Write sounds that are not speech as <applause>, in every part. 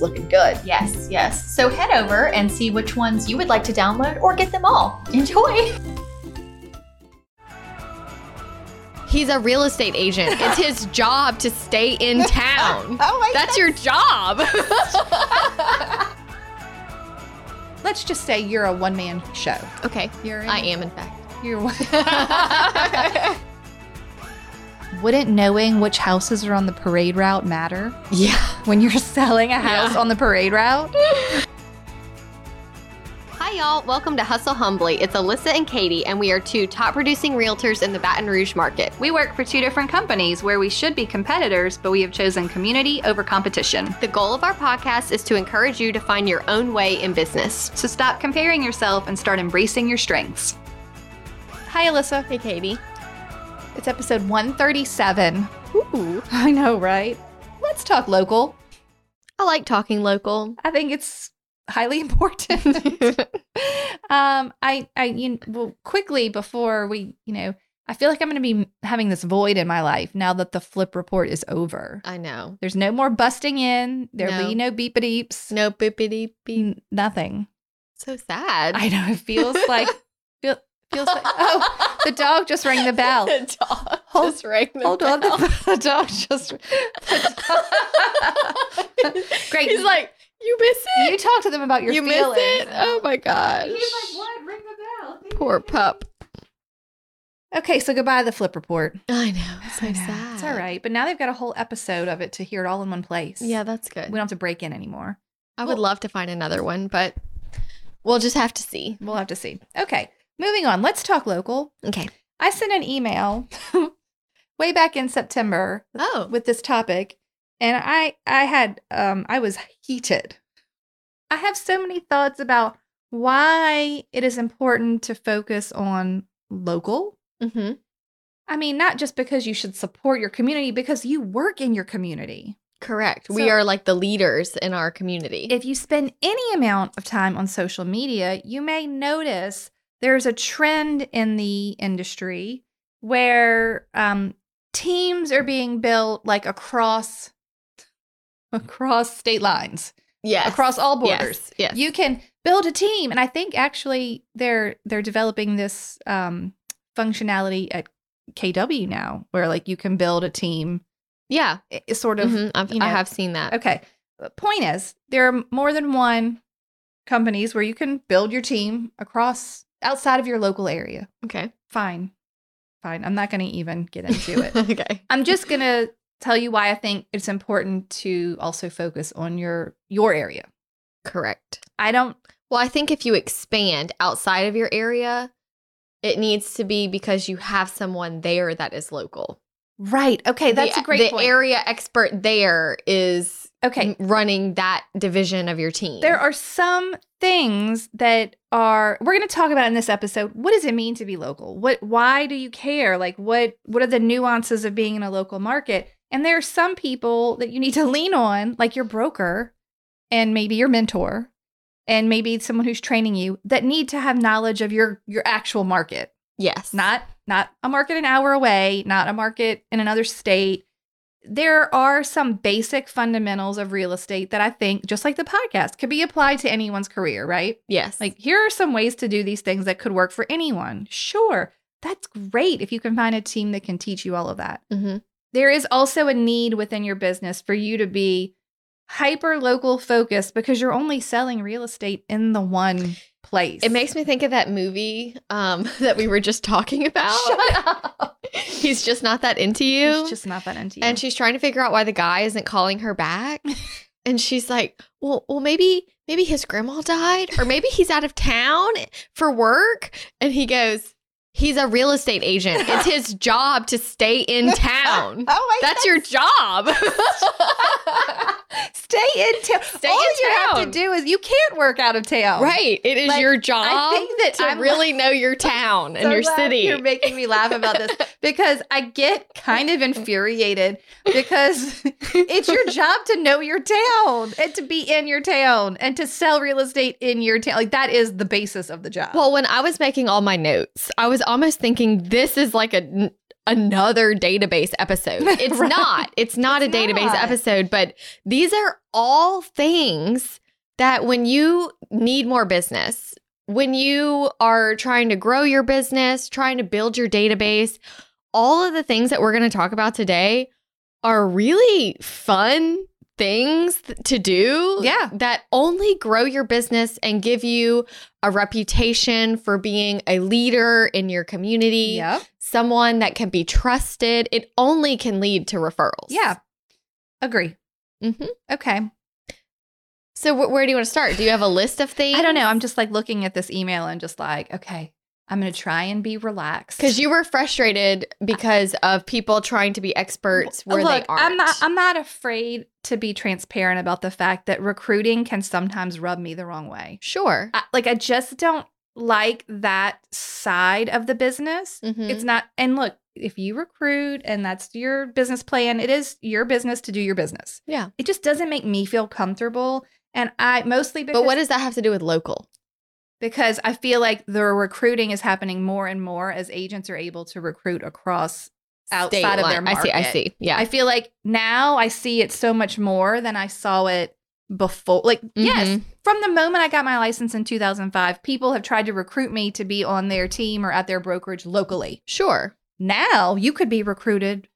looking good. Yes, yes. So head over and see which ones you would like to download or get them all. Enjoy. He's a real estate agent. <laughs> It's his job to stay in <laughs> town. Oh my That's your job. Let's just say you're a one man show. okay. You're in, I am, in fact. You're one. <laughs> Wouldn't knowing which houses are on the parade route matter yeah. when you're <laughs> selling a house Yeah. on the parade route? Hi, y'all. Welcome to Hustle Humbly. It's Alyssa and Katie, and we are two top producing realtors in the Baton Rouge market. We work for two different companies where we should be competitors, but we have chosen community over competition. The goal of our podcast is to encourage you to find your own way in business. So stop comparing yourself and start embracing your strengths. Hi, Alyssa. Hey, Katie. It's episode 137. Ooh. <laughs> I know, right? Let's talk local. I like talking <laughs> local. I think it's <laughs> highly <laughs> important. um, I, I, you well, quickly before we, you know, I feel like I'm going to be having this void in my life now that the flip report is over. I know. There's no more busting in. There'll No. be no beep beeps. No bippity beep. N- Nothing. So <laughs> sad. I know. It feels like feel, feels like oh, the dog just rang the <laughs> bell. The dog Hold- just rang the Hold on, bell. <laughs> the, <laughs> the Oh, dog just. <laughs> Great. He's like, you miss it. You talk to them about your You miss feelings. it. Oh my gosh. what? Ring the bell. Poor pup. Okay, so goodbye the flip report. I know. So I know, sad. It's all right, but now they've got a whole episode of it to hear it all in one place. Yeah, that's good. we don't have to break in anymore. I would love to find another one, but we'll just have to see. We'll have to see. Okay, moving on. Let's talk local. Okay. I sent an email <laughs> way back in September Oh. with this topic and i i had um i was heated i have so many thoughts about why it is important to focus on local Mm-hmm. i mean not just because you should support your community because you work in your community Correct. we So- are like the leaders in our community. if you spend any amount of time on social media you may notice there's a trend in the industry where um, teams are being built like across across state lines yes. across all Yes, borders. Yes. You can build a team, and I think actually they're they're developing this um, functionality at KW now, where like you can build a team, yeah. i- i- sort of. Mhm. I've, you I know, have seen that. Okay. The Point is, there are more than one companies where you can build your team across outside of your local area. Okay. Fine, fine. I'm not going to even get <laughs> into it. okay. I'm just going to tell you why I think it's important to also focus on your your area. Correct. I don't Well, I think if you expand outside of your area, it needs to be because you have someone there that is local. Right. Okay, that's The- a great The point. area expert there is okay. m- running that division of your team. There are some things that are we're going to talk about in this episode. What does it mean to be local? What why do you care? Like what what are the nuances of being in a local market? And there are some people that you need to lean on, like your broker and maybe your mentor and maybe someone who's training you that need to have knowledge of your your actual market. yes. not not a market an hour away not a market in another state there are some basic fundamentals of real estate that i think just like the podcast could be applied to anyone's career right yes. like here are some ways to do these things that could work for anyone sure that's great if you can find a team that can teach you all of that Mhm. there is also a need within your business for you to be hyper local focused because you're only selling real estate in the one place It makes me think of that movie um, <laughs> that we were just talking about. Shut He's just not that into <laughs> you. it's just not that into you. And she's trying to figure out why the guy isn't calling her <laughs> back. and she's like, "Well, well maybe maybe his grandma died or maybe he's out of town for work." And he goes, "He's a real estate agent. <laughs> It's his job to stay in town." oh my That's your job. <laughs> Stay in town. Stay All in you have to town. do is you can't work out of town. Right. It is Like, your job I think that to I'm really know your <laughs> town and so your glad city. You're making me laugh about <laughs> this because I get kind of infuriated because <laughs> it's your job to know your town and to be in your town and to sell real estate in your town. Like that is the basis of the job. Well, when I was making all my notes, I was almost thinking this is like a another database <laughs> episode. It's Right. not. It's not It's a database not. episode, but these are all things that when you need more business, when you are trying to grow your business, trying to build your database, all of the things that we're going to talk about today are really fun things th- to do Yeah. that only grow your business and give you a reputation for being a leader in your community, yep. someone that can be trusted. It only can lead to referrals. Yeah. Agree. hmm Okay. So, wh- where do you want to start? Do you have a list of things? I don't know. I'm just like looking at this email and just like, okay, I'm going to try and be relaxed. Because you were frustrated because of people trying to be experts where Look, they aren't. I'm not I'm not afraid to be transparent about the fact that recruiting can sometimes rub me the wrong way. sure. I, like I just don't like that side of the business. Mhm. It's not and look, if you recruit and that's your business plan, it is your business to do your business. Yeah. It just doesn't make me feel comfortable and I mostly because but what does that have to do with local? because I feel like the recruiting is happening more and more as agents are able to recruit across. Outside State of their line. I see. I market. see. Yeah. I feel like now I see it so much more than I saw it before. Like, yes, Mhm. from the moment I got my license in 2005, people have tried to recruit me to be on their team or at their brokerage locally. Sure. Now you could be recruited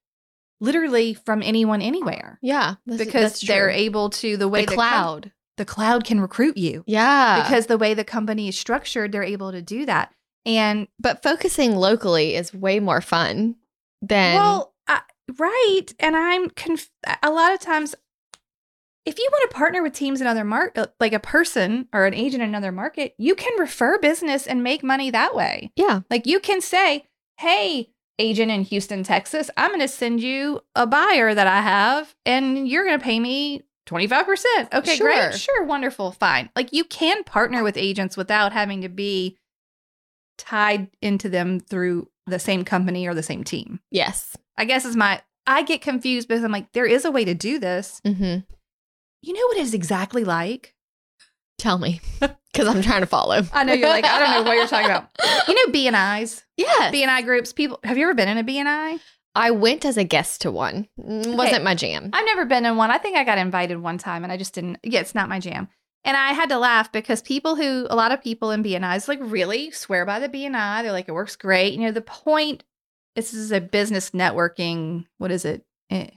literally from anyone anywhere Yeah. That's, because that's they're true. able to the way the com- cloud. the cloud can recruit you yeah. because the way the company is structured, they're able to do that. And But focusing locally is way more fun than well, I, right, and I'm conf- a lot of times. If you want to partner with teams in other market, like a person or an agent in another market, you can refer business and make money that way. yeah, Like you can say, "Hey, agent in Houston, Texas, I'm going to send you a buyer that I have, and you're going to pay me." 25%. Okay, Sure. great. Sure, wonderful. Fine. Like you can partner with agents without having to be tied into them through the same company or the same team. yes. I guess is my I get confused because I'm like, there is a way to do this. hmm You know what it is exactly like? Tell me, <laughs> because I'm trying to follow. I know you're like, I don't know what you're talking about. <laughs> You know B and I's, Yeah, B and I groups. People, have you ever been in a B and I? I went as a guest to one. Mm, Wasn't my jam. I've never been in one. I think I got invited one time, and I just didn't. Yeah, it's not my jam. And I had to laugh because people who, a lot of people in BNI's like really swear by the BNI. They're like, it works great. You know, the point, this is a business networking, what is it? Eh,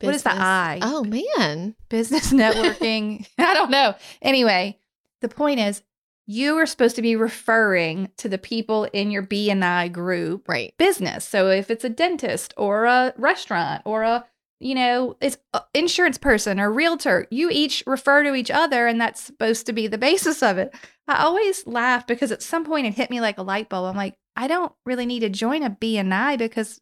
what is the Business- I? Oh man, business <laughs> networking. I don't know. Anyway, the point is you are supposed to be referring to the people in your BNI group right. business. So if it's a dentist or a restaurant or a you know, it's a insurance person or realtor. You each refer to each other, and that's supposed to be the basis of it. I always laugh because at some point it hit me like a light bulb. I'm like, I don't really need to join a BNI because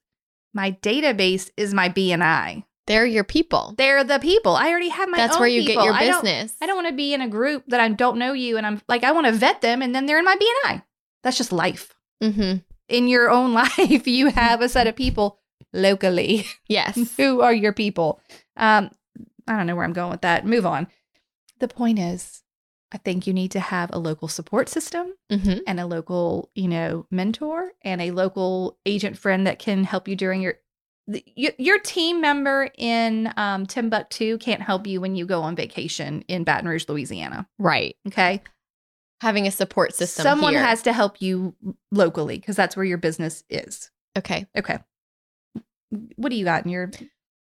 my database is my BNI They're your people. they're the people. I already have my That's own where you people. get your I don't- business. I don't, want to be in a group that I don't know you and I'm like I want to vet them and then they're in my BNI. That's just life. hmm In your own <laughs> life, you have a set of people locally <laughs> Yes. who are your people. Um I don't know where I'm going with that. Move on. The point is I think you need to have a local support system hmm and a local, you know, mentor and a local agent friend that can help you during your the- your, your team member in um, Timbuktu can't help you when you go on vacation in Baton Rouge, Louisiana. Right. Okay, Having a support system. someone here. has to help you locally because that's where your business is. Okay. Okay, what do you got in your?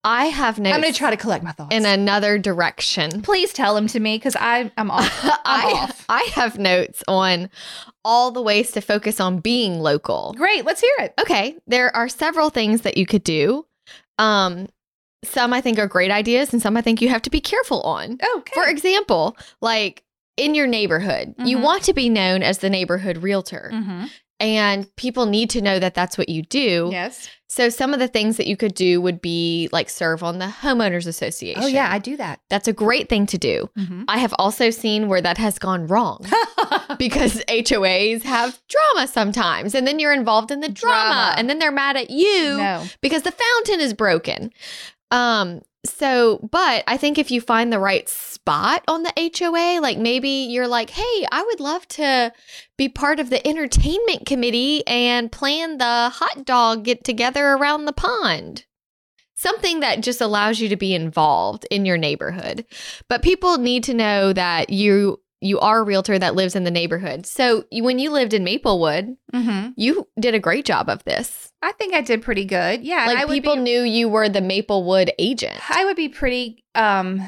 I have notes. I'm going to try to collect my thoughts. in another direction. please tell them to me because I <laughs> I'm off. I'm I- off. I have notes on all the ways to focus on being local. Great, let's hear it. Okay, there are several things that you could do. Um, some I think are great ideas, and some I think you have to be careful on. Okay. For example, like in your neighborhood, you Mhm. want to be known as the neighborhood realtor. Mhm. and people need to know that that's what you do. Yes. So some of the things that you could do would be like serve on the homeowners association. Oh yeah, I do that. That's a great thing to do. I have also seen where that has gone <laughs> wrong because HOAs have drama sometimes and then you're involved in the drama, Drama. and then they're mad at you no. because the fountain is broken. Um so but I think if you find the right spot on the HOA, like maybe you're like, "Hey, I would love to be part of the entertainment committee and plan the hot dog get together around the pond." Something that just allows you to be involved in your neighborhood. But people need to know that you you are a realtor that lives in the neighborhood. So you, when you lived in Maplewood, Mm-hmm. you did a great job of this I think I did pretty good. Yeah, and like I would people be, knew you were the Maplewood agent. I would be pretty um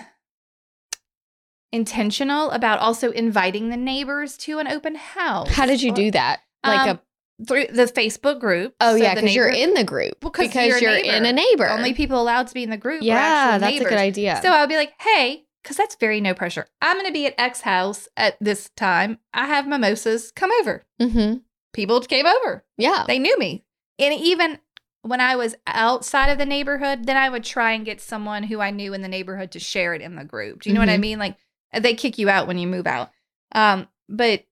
intentional about also inviting the neighbors to an open house. How did you do that? Like Um, that? Through the Facebook group. a oh so yeah, the because you're neighbor- in the group Well, 'cause because you're you're, a in neighbor. a neighbor. only people allowed to be in the group. yeah, that's a good idea. idea. So I would be like, hey, because that's very no pressure. I'm going to be at X house at this time. I have mimosas. Come over. mm-hmm. People came over. yeah, They knew me. And even when I was outside of the neighborhood, then I would try and get someone who I knew in the neighborhood to share it in the group. Do you know what I Mhm. mean? Like uh, they kick you out when you move out. Um, but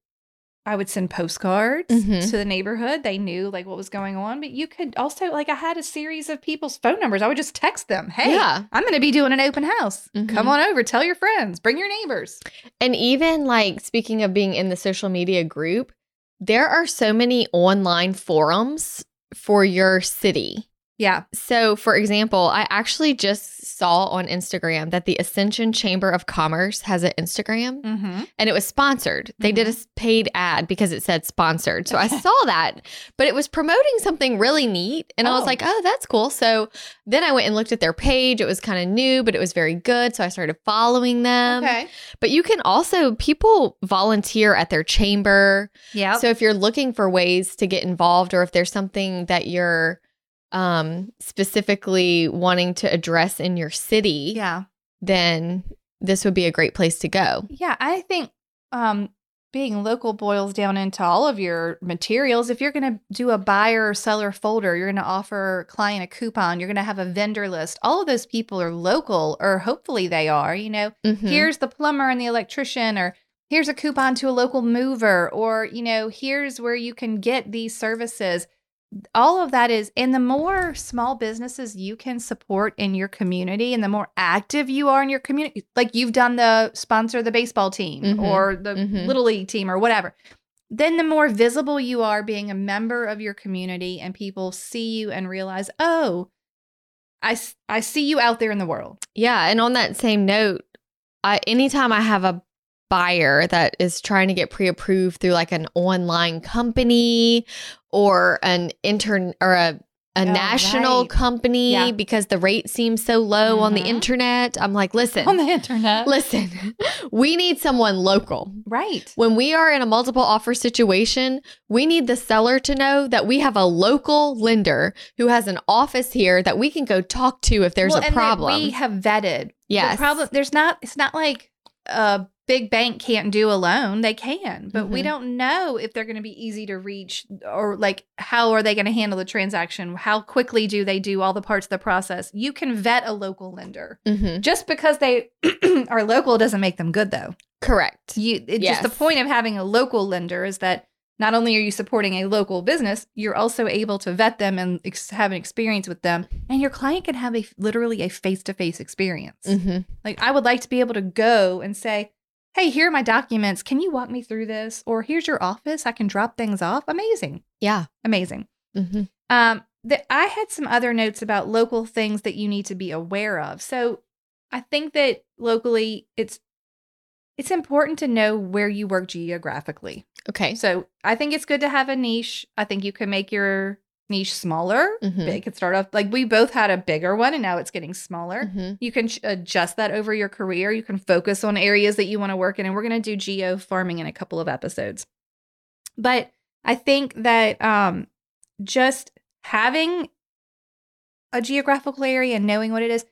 I would send postcards Mhm. to the neighborhood. They knew like what was going on. But you could also like I had a series of people's phone numbers. I would just text them, "Hey, yeah, I'm going to be doing an open house. Come Mhm. on over. Tell your friends. Bring your neighbors. and even like speaking of being in the social media group, there are so many online forums for your city. Yeah. So, for example, I actually just saw on Instagram that the Ascension Chamber of Commerce has an Instagram. Mm-hmm. and it was sponsored. They did a s- paid ad because it said sponsored. So I saw that, but it was promoting something really neat. And I was Oh. like, oh, that's cool. So then I went and looked at their page. It was kind of new, but it was very good. So I started following them. okay. But you can also, people volunteer at their chamber. Yeah. So if you're looking for ways to get involved or if there's something that you're, um specifically wanting to address in your city yeah. then this would be a great place to go Yeah. I think um, being local boils down into all of your materials. If you're going to do a buyer or seller folder, you're going to offer client a coupon, you're going to have a vendor list. All of those people are local, or hopefully they are, you know, Mhm. here's the plumber and the electrician or here's a coupon to a local mover or you know here's where you can get these services all of that is and the more small businesses you can support in your community and the more active you are in your community like you've done the sponsor the baseball team Mhm. or the Mhm. little league team or whatever then the more visible you are being a member of your community and people see you and realize oh i s- i see you out there in the world Yeah, and on that same note, I anytime I have a buyer that is trying to get pre-approved through like an online company or an intern or a a Oh, national right. company Yeah. because the rate seems so low on the Mhm. internet, I'm like, listen. on the <laughs> internet <laughs> listen. We need someone local. right When we are in a multiple offer situation, we need the seller to know that we have a local lender who has an office here that we can go talk to if there's Well, a and that problem. We have vetted. yes. The problem there's not it's not like a big bank can't do a loan. They can, but we Mhm. don't know if they're going to be easy to reach or like how are they going to handle the transaction? How quickly do they do all the parts of the process? You can vet a local lender. Mhm. Just because they <clears throat> are local doesn't make them good though. Correct. You it, just the Yes. point of having a local lender is that not only are you supporting a local business, you're also able to vet them and ex- have an experience with them, and your client can have a literally a face to face experience. Mm-hmm. Like I would like to be able to go and say, "Hey, here are my documents. Can you walk me through this?" Or "Here's your office. I can drop things off." Amazing, Yeah. amazing. Mm-hmm. Um, that I had some other notes about local things that you need to be aware of. So I think that locally, it's it's important to know where you work geographically. Okay. So I think it's good to have a niche. I think you can make your niche smaller. Mm-hmm. It could start off like we both had a bigger one, and now it's getting smaller. Mm-hmm. You can ch- adjust that over your career. You can focus on areas that you want to work in. And we're going to do geo farming in a couple of episodes. But I think that um, just having a geographical area and knowing what it is,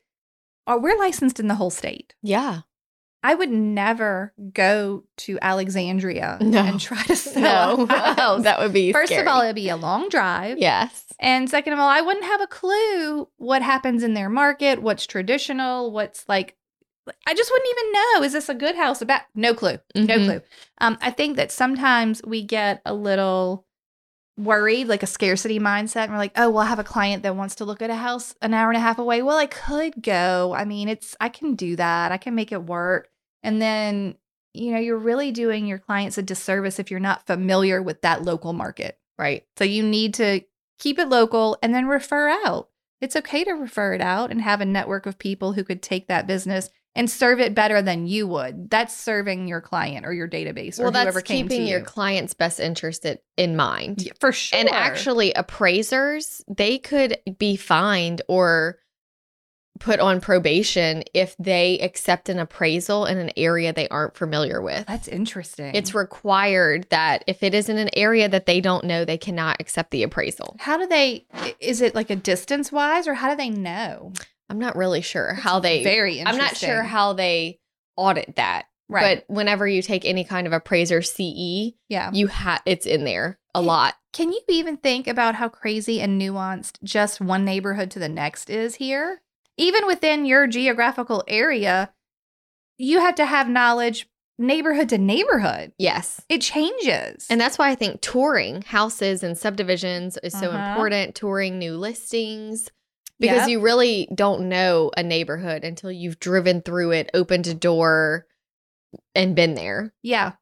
uh, we're licensed in the whole state. Yeah. I would never go to Alexandria <laughs> No. and try to <laughs> No, sell <laughs> a <laughs> house. that would be First scary. of all, it'd be a long drive. yes, And second of all, I wouldn't have a clue what happens in their market, what's traditional, what's like I just wouldn't even know. Is this a good house? A bad? No clue. No Mhm. clue. Um, I think that sometimes we get a little worried, like a scarcity mindset, and we're like, "Oh, well, I have a client that wants to look at a house an hour and a half away. Well, I could go. I mean, it's I can do that. I can make it work." And then you know, you're really doing your clients a disservice if you're not familiar with that local market. right. So you need to keep it local and then refer out. It's okay to refer it out and have a network of people who could take that business and serve it better than you would. That's serving your client or your database Well, or whoever that's came keeping to your you. client's best interest at- in mind. Yeah, for sure. And actually, appraisers they could be fined or put on probation if they accept an appraisal in an area they aren't familiar with. that's interesting. It's required that if it is in an area that they don't know, they cannot accept the appraisal. how do they? i- Is it like a distance wise, or how do they know I'm not really sure how they. Very I'm interesting. not sure how they audit that. Right. Oh. But whenever you take any kind of appraiser CE, yeah. you ha it's in there a Yeah. lot. Can you even think about how crazy and nuanced just one neighborhood to the next is here? Even within your geographical area, you have to have knowledge neighborhood to neighborhood. Yes. It changes. And that's why I think touring houses and subdivisions is so Uh-huh. important, touring new listings, because Yep. you really don't know a neighborhood until you've driven through it, opened a door, and been there. yeah.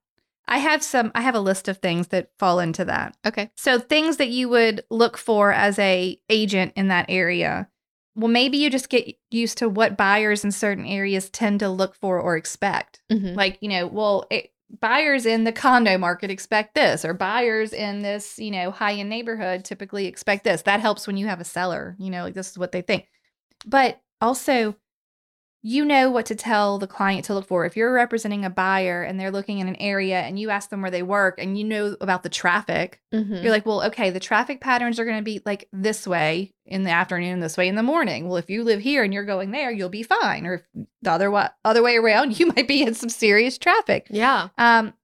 I have some I have a list of things that fall into that. Okay. So things that you would look for as a agent in that area. Well, maybe you just get used to what buyers in certain areas tend to look for or expect. Mhm. like you know well it, buyers in the condo market expect this or buyers in this you know high end neighborhood typically expect this that helps when you have a seller you know like this is what they think but also you know what to tell the client to look for if you're representing a buyer and they're looking in an area and you ask them where they work and you know about the traffic Mhm. you're like, well, okay, the traffic patterns are going to be like this way in the afternoon, this way in the morning. Well, if you live here and you're going there, you'll be fine. Or if the other wa- other way around, <laughs> you might be in some serious traffic. Yeah. Um,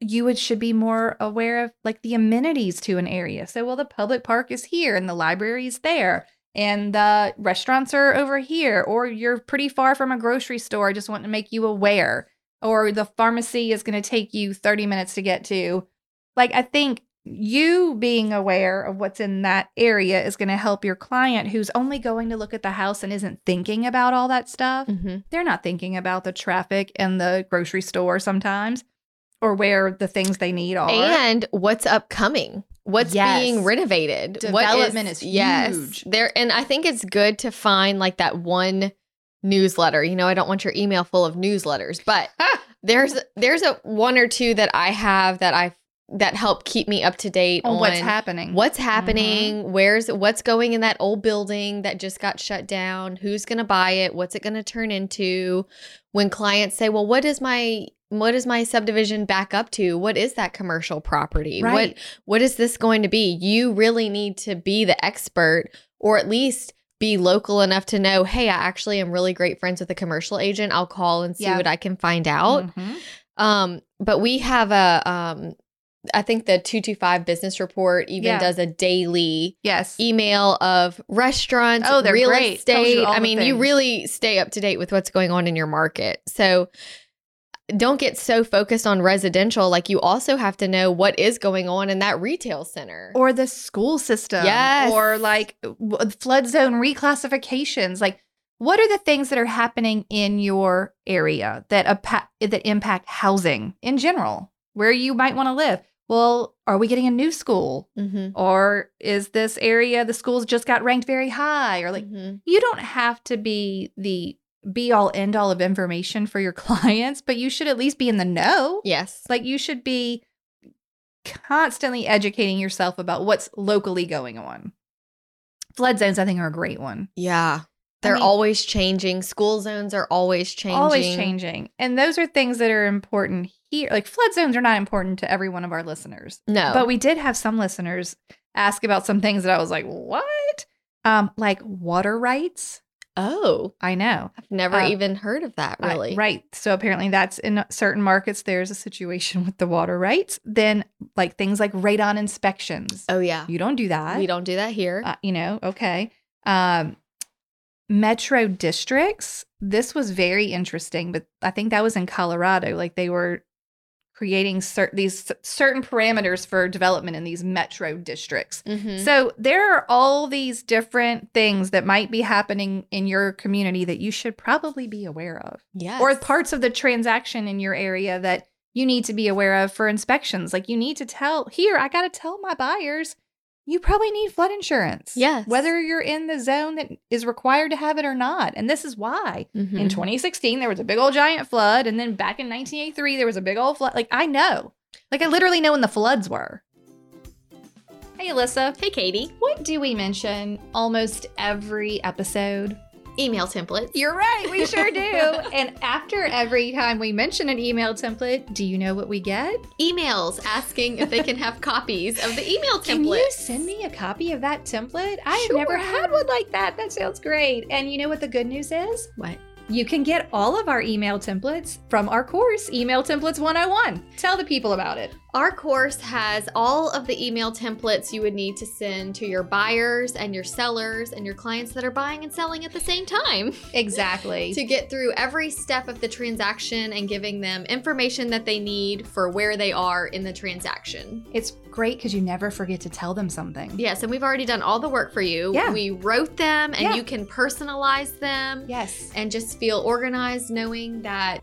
you would should be more aware of like the amenities to an area. So, well, the public park is here and the library is there and the restaurants are over here, or you're pretty far from a grocery store. I just want to make you aware. Or the pharmacy is going to take you 30 minutes to get to. Like, I think you being aware of what's in that area is going to help your client who's only going to look at the house and isn't thinking about all that stuff hmm they're not thinking about the traffic and the grocery store sometimes or where the things they need are. And what's upcoming? What's Yes. being renovated? Development what is huge. There and I think it's good to find like that one newsletter. You know, I don't want your email full of newsletters, but there's there's a one or two that I have that I that help keep me up to date <laughs> on what's happening. What's happening? Where's what's going in that old building that just got shut down? Who's going to buy it? What's it going to turn into? When clients say, "Well, what is my what is my subdivision back up to? What is that commercial property? Right. What what is this going to be?" You really need to be the expert or at least be local enough to know, "Hey, I actually am really great friends with a commercial agent. I'll call and see Yeah. what I can find out." Mhm. Um, but we have a um I think the 225 business report even Yeah. does a daily Yes. email of restaurants, Oh, they're real great. Tells you estate. all I the mean, you things. really stay up to date with what's going on in your market. So don't get so focused on residential. Like you also have to know what is going on in that retail center. Or the school system. Yes. Or like w- flood zone reclassifications. Like, what are the things that are happening in your area that, apa- that impact housing in general, where you might want to live? Well, are we getting a new school? Mhm, Or is this area, the schools just got ranked very high? Or like, mhm. you don't have to be the be all end all of information for your <laughs> clients, but you should at least be in the know. yes. It's Like you should be constantly educating yourself about what's locally going on. Flood zones, I think, are a great one. Yeah. They're mean- always changing. School zones are always changing. Always changing. And those are things that are important here. Like flood zones are not important to every one of our listeners. No. But we did have some listeners ask about some things that I was like, what? Um, like water rights. Oh, I know. I've never Uh, even heard of that I- really. right. So apparently that's in certain markets there's a situation <laughs> with the water rights. Then like things like radon inspections. Oh, yeah. You don't do that. We don't do that here. Uh, you know, okay. Um metro districts. This was very interesting, but I think that was in Colorado. Like they were creating cer- these c- certain parameters for development in these metro districts. Mhm. So there are all these different things that might be happening in your community that you should probably be aware of, Yes. or parts of the transaction in your area that you need to be aware of for inspections. Like you need to tell here, I got to tell my buyers, you probably need flood insurance. Yes. Whether you're in the zone that is required to have it or not. And this is why. Mhm. In 2016, there was a big old giant flood. And then back in 1983, there was a big old flood. Like, I know. Like, I literally know when the floods were. Hey, Alyssa. hey, Katie. What do we mention almost every episode? Email templates. You're right, we sure do. and after every time we mention an email template, do you know what we get? <laughs> emails asking if they can have copies of the email template. Can you send me a copy of that template? I have never Sure. had one like that. That sounds great. And you know what the good news is? What? You can get all of our email templates from our course, Email Templates 101. Tell the people about it. Our course has all of the email templates you would need to send to your buyers and your sellers and your clients that are buying and selling at the same time <laughs> Exactly. to get through every step of the transaction and giving them information that they need for where they are in the transaction. it's great because you never forget to tell them something. Yes, and we've already done all the work for you. Yeah. We wrote them and Yeah. you can personalize them Yes. and just feel organized knowing that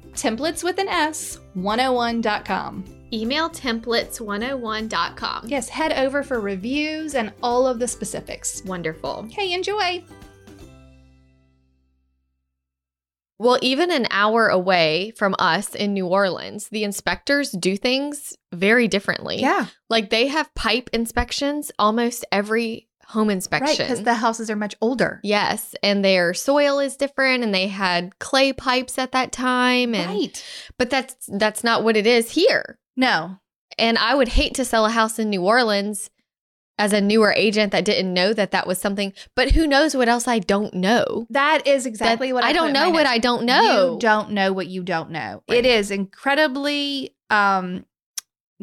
templates with an S 101.com. Emailtemplates101.com. Yes, head over for reviews and all of the specifics. Wonderful. Okay, enjoy. Well, even an hour away from us in New Orleans, the inspectors do things very differently. Like they have pipe inspections almost every home right, inspection. because the houses are much older. yes. And their soil is different and they had clay pipes at that time. And Right. but that's that's not what it is here. No. And I would hate to sell a house in New Orleans as a newer agent that didn't know that that was something. But who knows what else I don't know? That is That- exactly what I, I put don't in know my what notes. I don't know. You don't know what you don't know. Right. It is incredibly um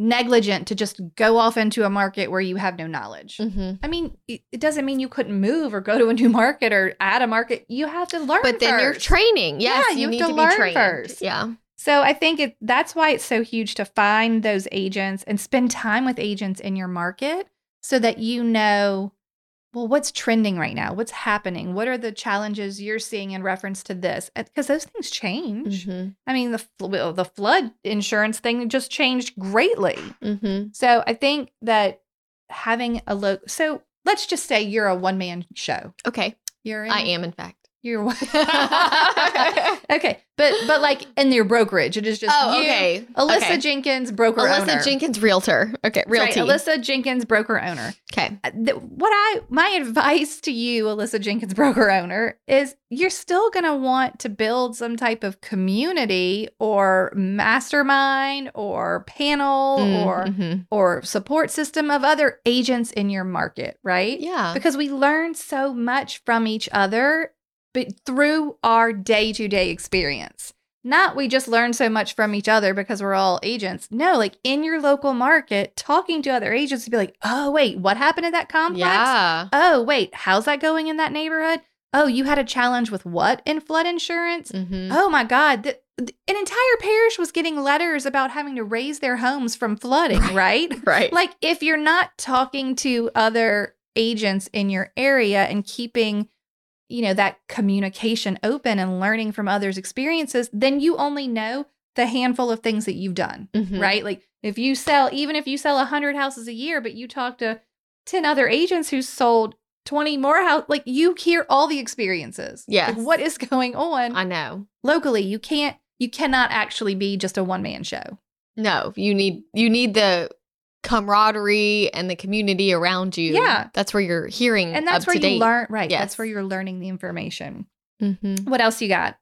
negligent to just go off into a market where you have no knowledge. Mhm. I mean, it it doesn't mean you couldn't move or go to a new market or add a market. You have to learn. But then you you're first. training. Yes, Yeah, you, you need have to, to be learn trained. first. Yeah. So I think it, that's why it's so huge to find those agents and spend time with agents in your market so that you know, well, what's trending right now? What's happening? What are the challenges you're seeing in reference to this? Because those things change. Mhm. I mean, the, fl- well, the flood insurance thing just changed greatly. Mhm. So I think that having a look, so let's just say you're a one man show. Okay. You're in, I am in fact. <laughs> You're <laughs> one. okay. But, but like in your brokerage, it is just oh, you. okay. Alyssa Okay. Jenkins, broker Alyssa owner. Jenkins, realtor. Okay, Right, realty. Alyssa Jenkins, broker owner. okay. Uh, th- What I my advice to you, Alyssa Jenkins, <laughs> broker owner, is you're still gonna want to build some type of community or mastermind or panel Mm, or mhm. or support system of other agents in your market, right? yeah. Because we learn so much from each other, but through our day to day experience. Not we just learn so much from each other because we're all agents. No, like in your local market, talking to other agents to be like, oh, wait, what happened at that complex? Yeah. Oh, wait, how's that going in that neighborhood? Oh, you had a challenge with what in flood insurance? Mhm. Oh my God. th- th- an entire parish was getting letters about having to raise their homes from flooding, right? Right. <laughs> like if you're not talking to other agents in your area and keeping you know that communication open and learning from others experiences then you only know the handful of things that you've done Mhm. right like if you sell even if you sell 100 houses a year but you talk to 10 other agents who sold 20 more house like you hear all the experiences Yes. Like, what is <laughs> going on I know. locally you can't you cannot actually be just a one-man show No, you need you need the camaraderie and the community around you. Yeah. that's where you're hearing and that's Mm, up where to you date. learn right Yes. that's where you're learning the information Mhm. what else you got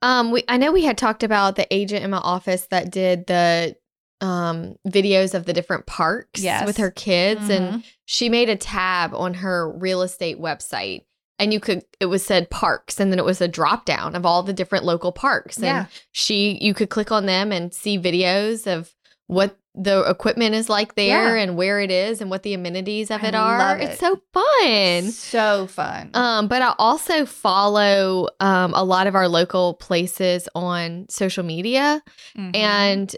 Um, we I know we had talked about the agent in my office that did the um videos of the different parks Yes. with her kids and Mhm. she made a tab on her real estate website and you could it was said parks and then it was a drop down of all the different local parks and yeah she you could click on them and see videos of what the equipment is like there and where it is and what the amenities of I it are love it's it. so fun so fun um, but I also follow um, a lot of our local places on social media, Mhm. and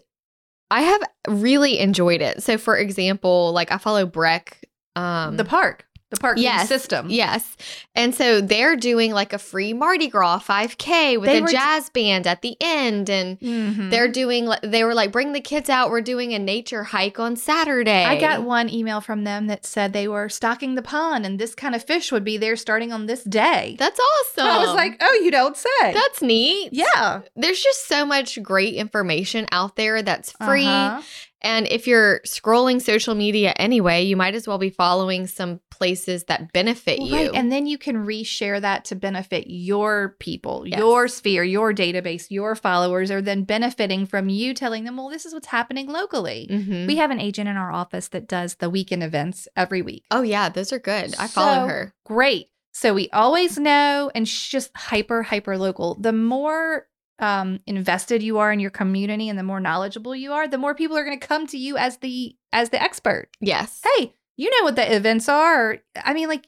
I have really enjoyed it. So, for example, like I follow Breck. Um, the park the park yes, system yes, and so they're doing like a free Mardi Gras 5K with They a were- jazz band at the end, and Mhm. they're doing. li- They were like, "Bring the kids out. We're doing a nature hike on Saturday." I got one email from them that said they were stocking the pond and this kind of fish would be there starting on this day. That's awesome. <laughs> I was like, oh, you don't say. "That's neat." yeah. there's just so much great information out there that's free. Uh-huh. And if you're scrolling social media anyway, you might as well be following some places that benefit you. Right. And then you can reshare that to benefit your people, Yes. your sphere, your database, your followers are then benefiting from you telling them, well, this is what's happening locally. Mhm. We have an agent in our office that does the weekend events every week. oh, yeah, those are good. I follow So her. great. So we always know, and she's just hyper, hyper local. The more um, invested you are in your community, and the more knowledgeable you are, the more people are going to come to you as the as the expert. Yes. Hey, you know what the events are. I mean, like,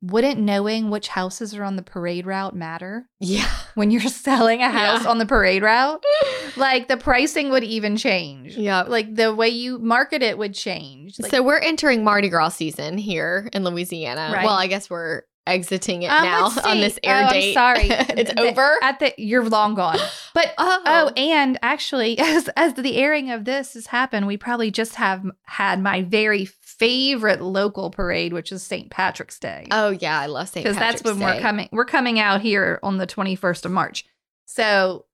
wouldn't knowing which houses are on the parade route matter <laughs> Yeah. when you're selling a house Yeah. on the parade route? <laughs> like, the pricing would even change. Yep. Like the way you market it would change. Like, so we're entering Mardi Gras season here in Louisiana. Right. Well, I guess we're exiting it Um, now let's on see. this air Oh, I'm date. <laughs> sorry. it's The- over. at the you're long gone. But oh. Oh, and actually, <laughs> as as the airing of this has happened, we probably just have had my very favorite local parade, which is St. Patrick's Day, oh, yeah. I love St. because Patrick's that's when Day. we're coming. We're coming out here on the twenty first of March. So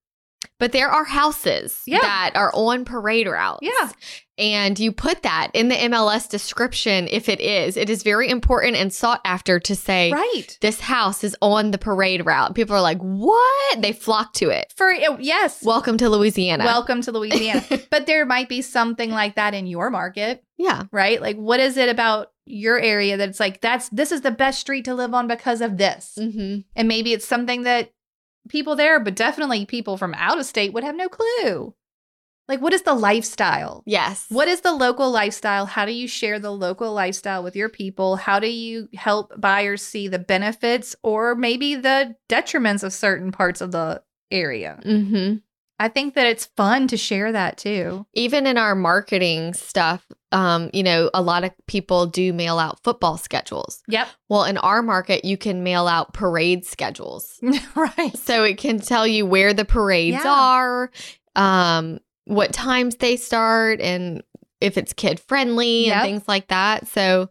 But there are houses Yeah. that are on parade routes. Yeah. And you put that in the MLS description if it is. It is very important and sought after to say right this house is on the parade route. People are like, "What?" They flock to it. for eh, yes, Welcome to Louisiana. welcome <laughs> to Louisiana. but there might be something like that in your market, yeah. right? Like, what is it about your area that's like that's this is the best street to live on because of this? hmm And maybe it's something that people there, but definitely people from out of state would have no clue. Like, what is the lifestyle? Yes. What is the local lifestyle? How do you share the local lifestyle with your people? How do you help buyers see the benefits or maybe the detriments of certain parts of the area? hmm I think that it's fun to share that too. Even in our marketing stuff, um, you know, a lot of people do mail out football schedules. Yep. Well, in our market, you can mail out parade schedules. <laughs> right. so it can tell you where the parades Yeah. are um what times they start and if it's kid friendly Yep. and things like that so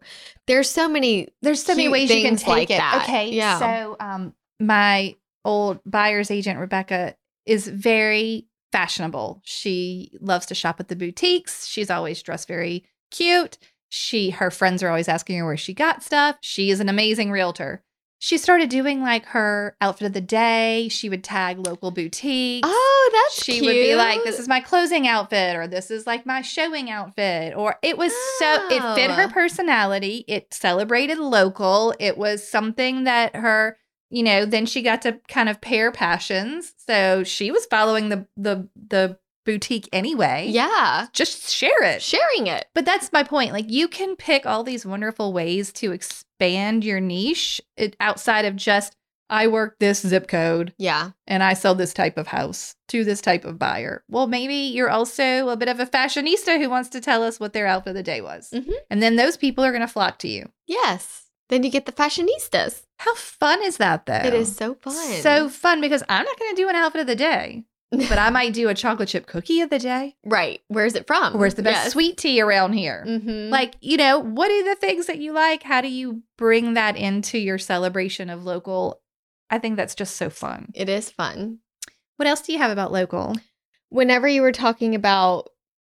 there's so many There's so many cute ways you can things take like it. that. Okay. Yeah. So um my old buyer's agent Rebecca is very fashionable. She loves to shop at the boutiques. She's always dressed very cute. She her friends are always asking her where she got stuff. She is an amazing realtor. She started doing like her outfit of the day. She would tag local boutiques oh that's she cute. would be like, "This is my closing outfit," or "This is like my showing outfit," or it was so it fit her Oh. personality. It celebrated local. It was something that her, you know. Then she got to kind of pair passions, so she was following the the the boutique anyway. yeah just share it. sharing it But that's my point. Like you can pick all these wonderful ways to expand your niche it, outside of just I work this zip code yeah and I sell this type of house to this type of buyer. Well, maybe you're also a bit of a fashionista who wants to tell us what their outfit of the day was. Mhm. And then those people are going to flock to you. yes then you get the fashionistas How fun is that, though? it is so fun <laughs> So fun because I'm not going to do an outfit of the day. but I might do a chocolate chip cookie of the day. Right. Where's it from? Where's the best sweet tea around here? Mm-hmm. Like, you know, what are the things that you like? How do you bring that into your celebration of local? I think that's just so fun. it is fun. What else do you have about local? whenever you were talking about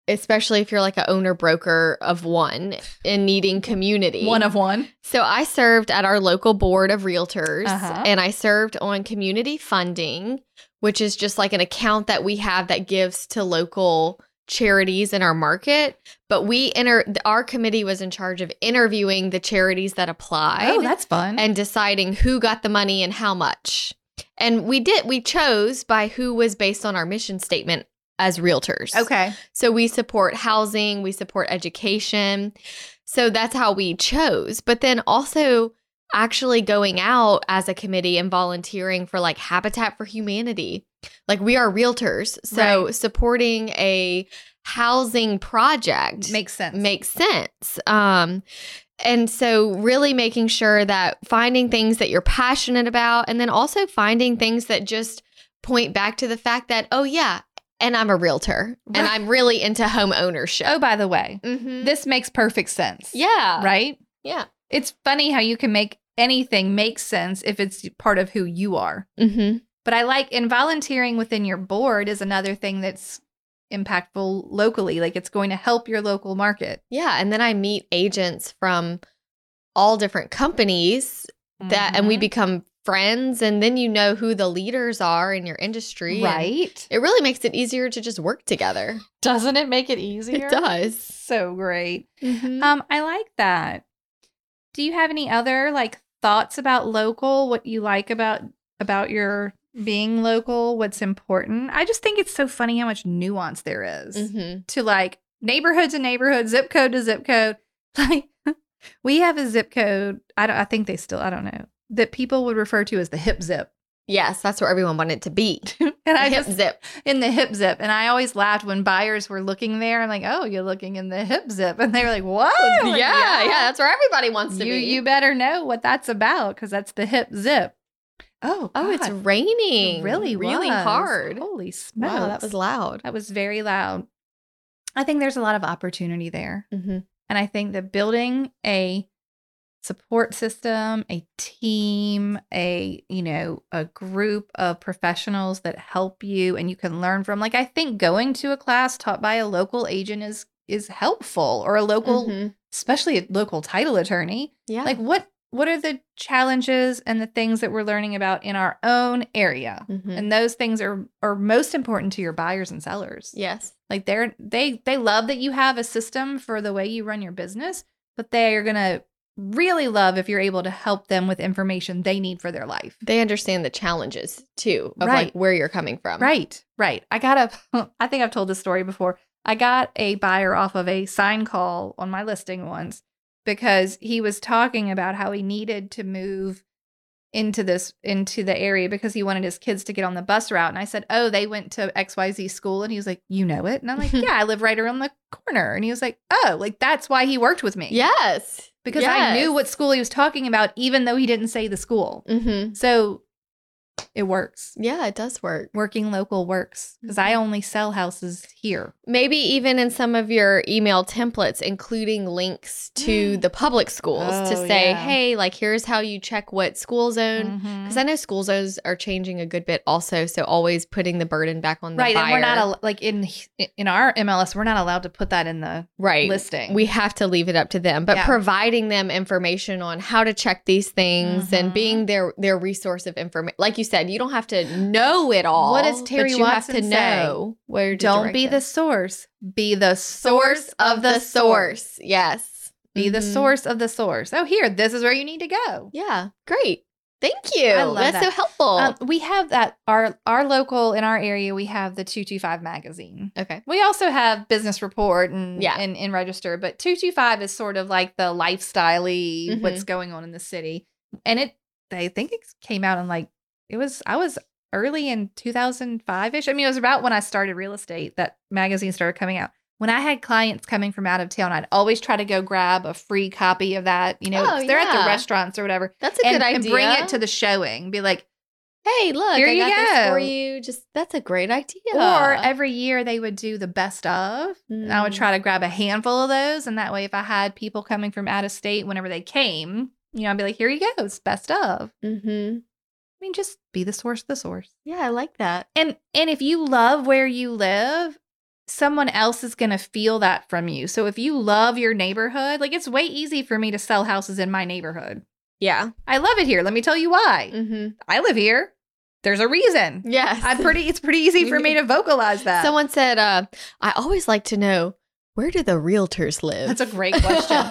especially if you're like a owner broker of one and needing community of one. so i served at our local board of realtors Uh-huh. and i served on community funding which is just like an account that we have that gives to local charities in our market but we enter our committee was in charge of interviewing the charities that applied Oh, that's fun. and deciding who got the money and how much. And we did, we chose by who was based on our mission statement as realtors. okay. So we support housing, we support education. So that's how we chose. But then also actually going out as a committee and volunteering for like Habitat for Humanity. Like we are realtors. So supporting a housing project Makes sense. makes sense. Um, and so, really making sure that finding things that you're passionate about, and then also finding things that just point back to the fact that, oh, yeah, and I'm a realtor and Right. I'm really into home ownership. oh, by the way, Mhm. this makes perfect sense. yeah. Right? Yeah. It's funny how you can make anything make sense if it's part of who you are. Mm-hmm. But I like in volunteering within your board is another thing that's impactful locally. Like it's going to help your local market. Yeah. And then I meet agents from all different companies that, and Mm-hmm. we become friends. And then you know who the leaders are in your industry. and right. It really makes it easier to just work together. Doesn't it make it easier? It does. So great. Mhm. Um, I like that. Do you have any other like thoughts about local? What you like about about your being local? What's important? I just think it's so funny how much nuance there is Mhm. to like neighborhood to neighborhood, zip code to zip code. <laughs> Like we have a zip code. I don't. I think they still. I don't know that people would refer to as the hip zip. <laughs> Yes, that's where everyone wanted to be. And I Hip just zip. in the hip zip, and I always laughed when buyers were looking there. I'm like, oh, you're looking in the hip zip, <laughs> and they were like, what? I'm yeah, <laughs> like, yeah, that's where everybody wants to you be. you better know what that's about because that's the hip zip. Oh, oh, it's God. raining. It really really was. Oh, hard. Holy smokes! wow, that was loud. that was very loud. I think there's a lot of opportunity there, Mm-hmm. and I think that building a support system, a team, a you know a group of professionals that help you and you can learn from. Like I think going to a class taught by a local agent is is helpful, or a local, especially a local title attorney Yeah, Mm-hmm. like what what are the challenges and the things that we're learning about in our own area Mhm. and those things are are most important to your buyers and sellers yes, like they're they they love that you have a system for the way you run your business but they are going to really love if you're able to help them with information they need for their life they understand the challenges too of like Right. where you're coming from. Right, right. I got a, <laughs> I think I've told this story before. I got a buyer off of a sign call on my listing once because he was talking about how he needed to move into this, into the area because he wanted his kids to get on the bus route. And I said, Oh, they went to XYZ school. And he was like, You know it? And I'm like, Yeah, I live right around the corner. And he was like, Oh, like that's why he worked with me. Yes, Because I knew what school he was talking about, even though he didn't say the school. Mm-hmm. So it works Yeah, it does work. working local works because Mm-hmm. I only sell houses here. Maybe even in some of your email templates, including links <gasps> to the public schools to Oh, say, yeah. hey, like here's how you check what school zone Because I know school zones are changing a good bit, also. So always putting the burden back on the Right, buyer. and we're not al- like in in our MLS, we're not allowed to put that in the right. listing. We have to leave it up to them, but Yeah. providing them information on how to check these things and Mhm. being their their resource of information. Like you said, you don't have to know it all. What does but Terry you have to Watson say? know where to don't direct be them. the source, be the source of the source. source. Yes, Be the Mhm. source of the source. Oh, here, this is where you need to go. Yeah, great. Thank you. I love That's that. so helpful. Um, we have that our our local in our area. We have the two two five magazine. okay. We also have business report and Yeah. and, and register, but two two five is sort of like the lifestyle Mm-hmm. what's going on in the city. And it I think it came out in like it was I was early in two thousand five ish. I mean it was about when I started real estate that magazine started coming out. When I had clients coming from out of town, I'd always try to go grab a free copy of that. You know, Oh, if they're at yeah. the restaurants or whatever. That's a and, good idea. and bring it to the showing. Be like, hey, look, Here I you got this go. for you. Just that's a great idea. Or every year they would do the best of. And I would Mm. try to grab a handful of those. And that way, if I had people coming from out of state whenever they came, you know, I'd be like, here you go. It's best of. I Mm-hmm. mean, just be the source of the source. Yeah, I like that. And and if you love where you live, someone else is going to feel that from you. So if you love your neighborhood, like it's way easy for me to sell houses in my neighborhood. Yeah. I love it here. Let me tell you why. Mm-hmm. I live here. There's a reason. Yes. <laughs> I'm pretty it's pretty easy for me to vocalize that. Someone said, uh, I always like to know where do the realtors live? That's a <laughs> great question.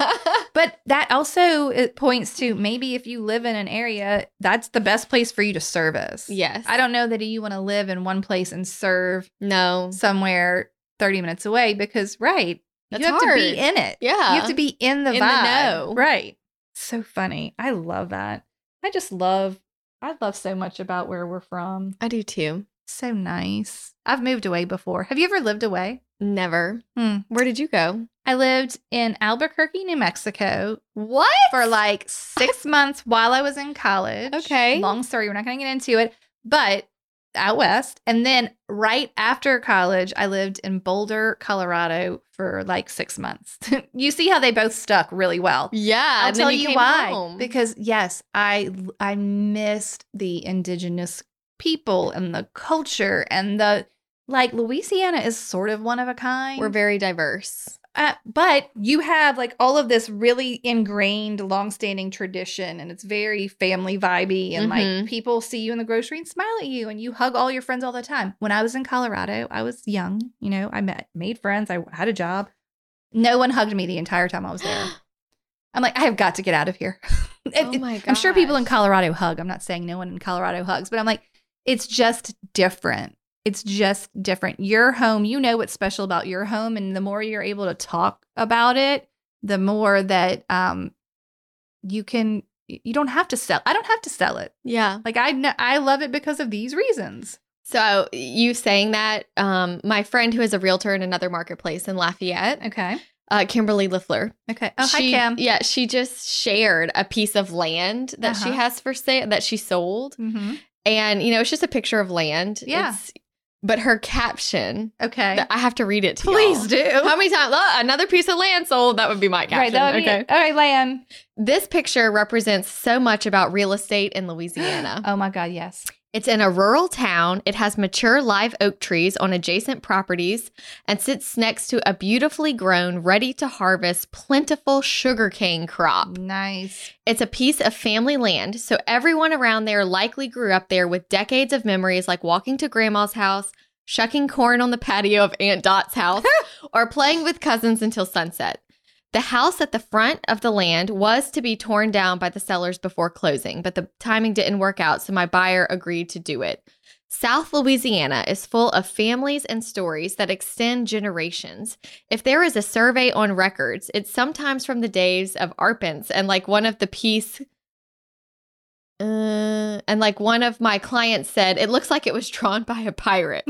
But that also it points to maybe if you live in an area, that's the best place for you to service. yes. I don't know that you want to live in one place and serve know. somewhere 30 minutes away because, right, That's you have hard. to be in it. yeah. You have to be in the In the vibe. know. Right. So funny. I love that. I just love, I love so much about where we're from. I do too. So nice. I've moved away before. Have you ever lived away? Never. Hmm. Where did you go? I lived in Albuquerque, New Mexico What? for like six months while I was in college. Okay. Long story. We're not going to get into it, but out west. And then right after college, I lived in Boulder, Colorado for like six months. <laughs> you see how they both stuck really well. Yeah. I'll and tell then you came why. home. Because yes, I I missed the indigenous people and the culture and the like Louisiana is sort of one of a kind. we're very diverse. Uh, but you have like all of this really ingrained, longstanding tradition, and it's very family vibey. And like Mhm. people see you in the grocery and smile at you, and you hug all your friends all the time. When I was in Colorado, I was young. You know, I met made friends. I had a job. No one hugged me the entire time I was there. I'm like, I have got to get out of here. Oh my god. I'm sure people in Colorado hug. I'm not saying no one in Colorado hugs, but I'm like, it's just different. It's just different. Your home, you know what's special about your home. And the more you're able to talk about it, the more that um, you can, you don't have to sell. I don't have to sell it. Yeah. Like I know, I love it because of these reasons. So you saying that, um, my friend who is a realtor in another marketplace in Lafayette, Okay. uh, Kimberly Leffler. Okay. Oh, she, hi, Kim. Yeah, she just shared a piece of land that she Uh-huh. has for sale that she sold. Mm-hmm. And you know, it's just a picture of land. Yeah. It's- but her caption, Okay. that I have to read it to Please y'all. do. How many times? Oh, another piece of land sold. That would be my caption. Right. That would be okay. it. All right, Lan. This picture represents so much about real estate in Louisiana. <gasps> Oh my God. Yes. It's in a rural town. It has mature live oak trees on adjacent properties and sits next to a beautifully grown, ready to harvest, plentiful sugarcane crop. <laughs> Nice. <laughs> It's a piece of family land, so everyone around there likely grew up there with decades of memories like walking to grandma's house, shucking corn on the patio of Aunt Dot's house, or playing with cousins until sunset. The house at the front of the land was to be torn down by the sellers before closing, but the timing didn't work out, so my buyer agreed to do it. South Louisiana is full of families and stories that extend generations. If there is a survey on records, it's sometimes from the days of Arpents and like one of the piece. Uh, and like one of my clients said, it looks like it was drawn by a <laughs> pirate.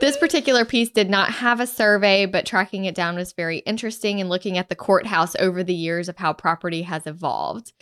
this particular piece did not have a survey, but tracking it down was very interesting and looking at the courthouse over the years of how property has evolved.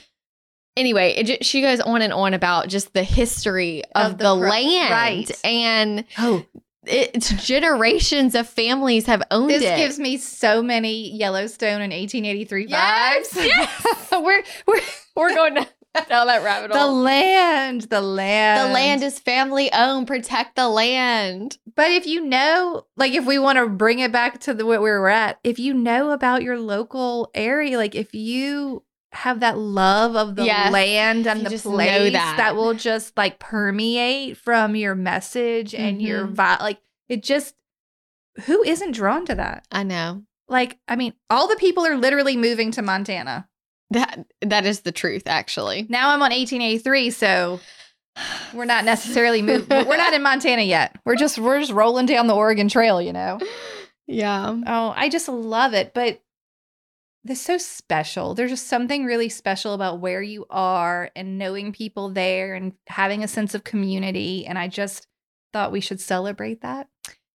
Anyway, it ju- she goes on and on about just the history of, Of the the, pro- land right. and Oh, <laughs> it's generations of families have owned This it. gives me so many Yellowstone and 1883 Yes, <laughs> vibes. we're we're We're going to tell that rabbit the land, the land, the land is family owned. Protect the land. But if you know, like, if we want to bring it back to the where we were at, if you know about your local area, like if you have that love of the Yes. land and You the just know place that. that. will just like permeate from your message and your Mm-hmm. vibe, like it just who isn't drawn to that? I know Like, I mean, all the people are literally moving to Montana. that that is the truth. Actually, Now I'm on 1883, so we're not necessarily <laughs> moving. we're not in Montana yet. We're just we're just rolling down the Oregon Trail, you know. yeah. Oh, I just love it, but they're so special. There's just something really special about where you are and knowing people there and having a sense of community. And I just thought we should celebrate that.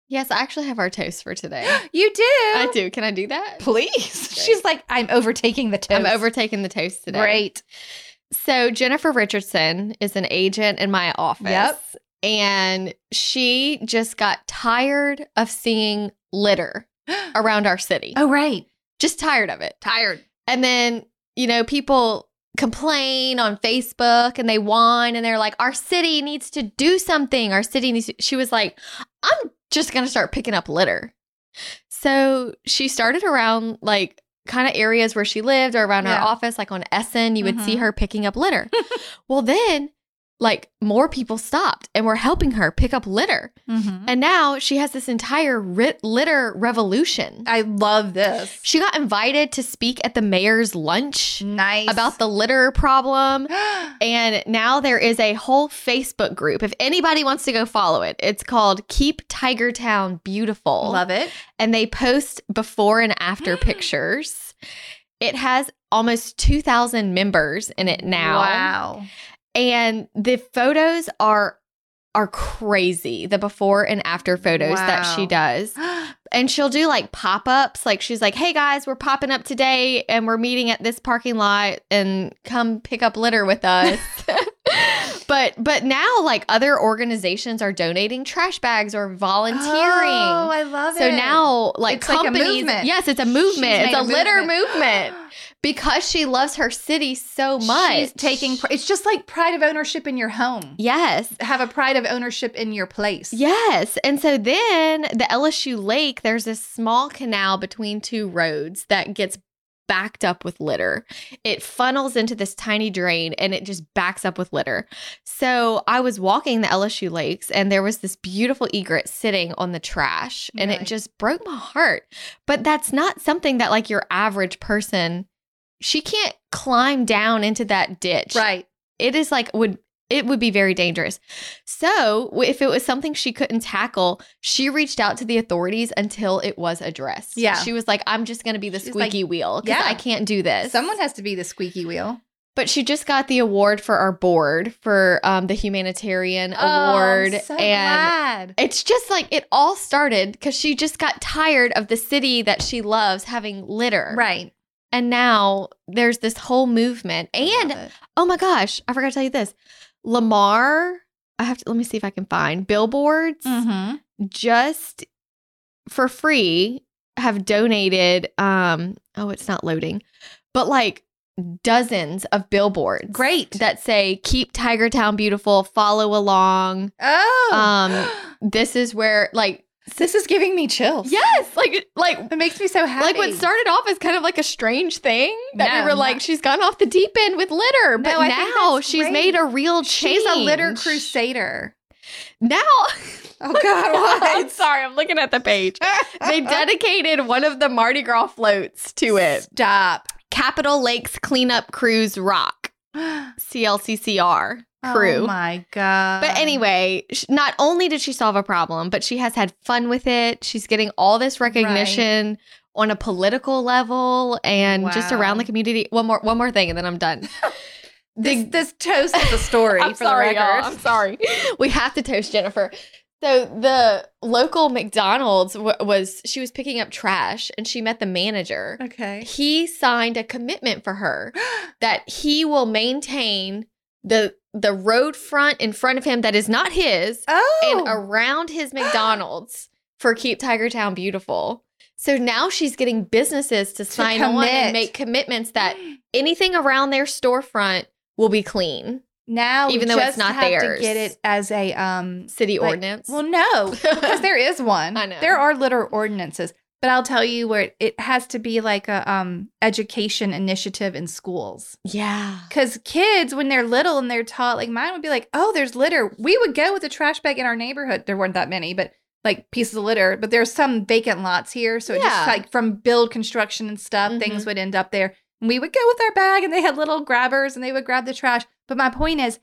Yes, I actually have our toast for today. <gasps> You do. I do. Can I do that? Please. She's like, I'm overtaking the toast. I'm overtaking the toast today. Great. So Jennifer Richardson is an agent in my office. Yep. And she just got tired of seeing litter around our city. Oh, right. Just tired of it. Tired. And then, you know, people complain on Facebook and they whine and they're like, our city needs to do something. Our city needs to. She was like, I'm just going to start picking up litter. So she started around like kind of areas where she lived or around Yeah. her office, like on Essen, you would see Mhm. her picking up litter. well, then like more people stopped and were helping her pick up litter. Mm. Mm-hmm. And now she has this entire writ- litter revolution. I love this. She got invited to speak at the mayor's lunch Nice. about the litter problem. And now there is a whole Facebook group. If anybody wants to go follow it, it's called Keep Tiger Town Beautiful. love it. And they post before and <gasps> after pictures. It has almost 2,000 members in it now. Wow. And the photos are are crazy the before and after photos that she Wow. does and she'll do like pop-ups like she's like hey guys we're popping up today and we're meeting at this parking lot and come pick up litter with us but but now like other organizations are donating trash bags or volunteering Oh, I love so it. now like It's like a companies movement. yes it's a She's movement made it's a, a litter movement. movement because she loves her city so much She's taking. Pr- it's just like pride of ownership in your home. yes Have a pride of ownership in your place. Yes. And so then the LSU Lake, there's this small canal between two roads that gets backed up with litter. It funnels into this tiny drain and it just backs up with litter. So I was walking the LSU Lakes and there was this beautiful egret sitting on the trash and Really? it just broke my heart. But that's not something that like your average person she can't climb down into that ditch Right. it is like would it would be very dangerous. So, w- if it was something she couldn't tackle, she reached out to the authorities until it was addressed. Yeah. She was like, I'm just going to be the She's like, squeaky wheel because yeah. I can't do this. Someone has to be the squeaky wheel. but she just got the award for our board for um, the humanitarian award. Oh, I'm so and glad. it's just like it all started because she just got tired of the city that she loves having litter. Right. And now there's this whole movement. And Love it. Oh my gosh, I forgot to tell you this. Lamar, I have to let me see if I can find billboards Mm-hmm. just for free have donated um oh it's not loading. But like dozens of billboards Great. that say keep Tiger Town beautiful, follow along. oh. Um, This is where like <gasps> this is giving me chills. yes, like like It makes me so happy. like what started off as kind of like a strange thing that No, we were like, not- she's gone off the deep end with litter, but No, I think now that's she's great. made a real change. She's a litter crusader. <laughs> Now, <laughs> Oh I'm sorry, I'm looking at the page. <laughs> They dedicated one of the Mardi Gras floats to it. Stop. Capital Lakes Cleanup Cruise Rock, CLCCR crew. Oh my god. But anyway, sh- not only did she solve a problem, but she has had fun with it. She's getting all this recognition on a political level and just Wow. around the community. One more, one more thing, and then I'm done. this, this toast is a <laughs> story I'm for sorry, the y'all. record. I'm sorry. <laughs> We have to toast Jennifer. So the local McDonald's w- was she was picking up trash, and she met the manager. <laughs> Okay. He signed a commitment for <gasps> her that he will maintain the the road front in front of him that is not his Oh. and around <gasps> his McDonald's for Keep Tiger Town Beautiful. So now she's getting businesses to sign on commit. and make commitments that anything around their storefront will be clean. now even we though it's just not have theirs. to get it as a um City Like, ordinance. <laughs> Well, no, because there is one. I know. There are litter ordinances, but I'll tell you where it, it has to be like a um education initiative in schools. yeah. <sighs> Because kids, when they're little and they're taught, like mine would be like, oh, there's litter. We would go with a trash bag in our neighborhood. There weren't that many, but like pieces of litter. But there's some vacant lots here, so it Yeah. Mm-hmm. just like from build construction and stuff, things would end up there. And we would go with our bag, and they had little grabbers, and they would grab the trash. But my point is,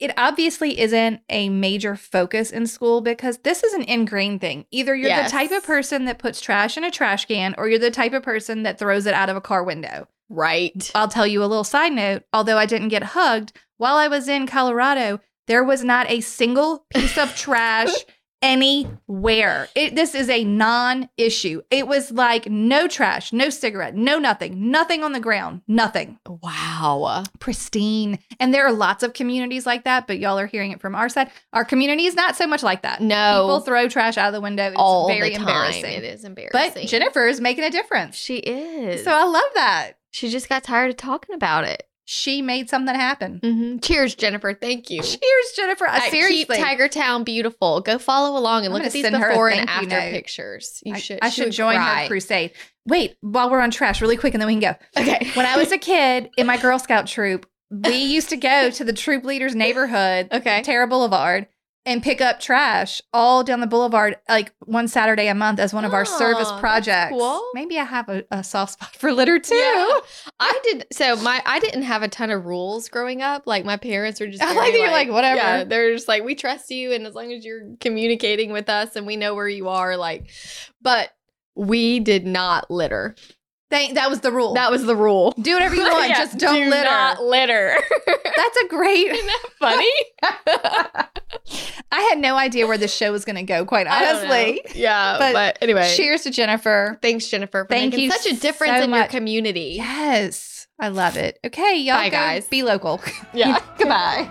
it obviously isn't a major focus in school because this is an ingrained thing. Either you're Yes. the type of person that puts trash in a trash can, or you're the type of person that throws it out of a car window. Right. I'll tell you a little side note. Although I didn't get <laughs> hugged, while I was in Colorado, there was not a single piece of trash anywhere. It, this is a non issue. It was like no trash, no cigarette, no nothing, nothing on the ground, nothing. Wow. Pristine. And there are lots of communities like that, but y'all are hearing it from our side. Our community is not so much like that. People No. throw trash out of the window. It's all very the time. embarrassing. It is embarrassing. But Jennifer is making a difference. she is. So I love that. she just got tired of talking about it. She made something happen. Mm-hmm. Cheers, Jennifer. Thank you. Cheers, Jennifer. I At seriously. Keep Tiger Town beautiful. Go follow along and I'm look gonna at these send her a before and thank you after note. pictures. You I- should. I, she should would join cry. her crusade. Wait, while we're on trash, really quick, and then we can go. Okay. <laughs> When I was a kid in my Girl Scout troop, <laughs> we used to go to the troop leader's neighborhood, okay. Terra Boulevard, and pick up trash all down the boulevard, like one Saturday a month as one of our service Aw, that's projects. cool. Maybe I have a, a soft spot for litter too. Yeah. I did so my I didn't have a ton of rules growing up. Like my parents were just I <laughs> like very, that you're like, whatever. Yeah, they're just like, we trust you and as long as you're communicating with us and we know where you are, like but we did not litter. Thank- that was the rule. That was the <laughs> rule. do whatever <laughs> you want, Yeah, just don't do litter. Not litter. <laughs> That's <laughs> a great. Isn't that funny? I had no idea where this show was going to go, quite I don't know. honestly. Yeah. But But, anyway. Cheers to Jennifer. Thanks, Jennifer, for Thank making you such a difference so in much. your community. Yes, I love it. Okay, y'all, Bye, go guys. Be local. <laughs> Yeah. Goodbye.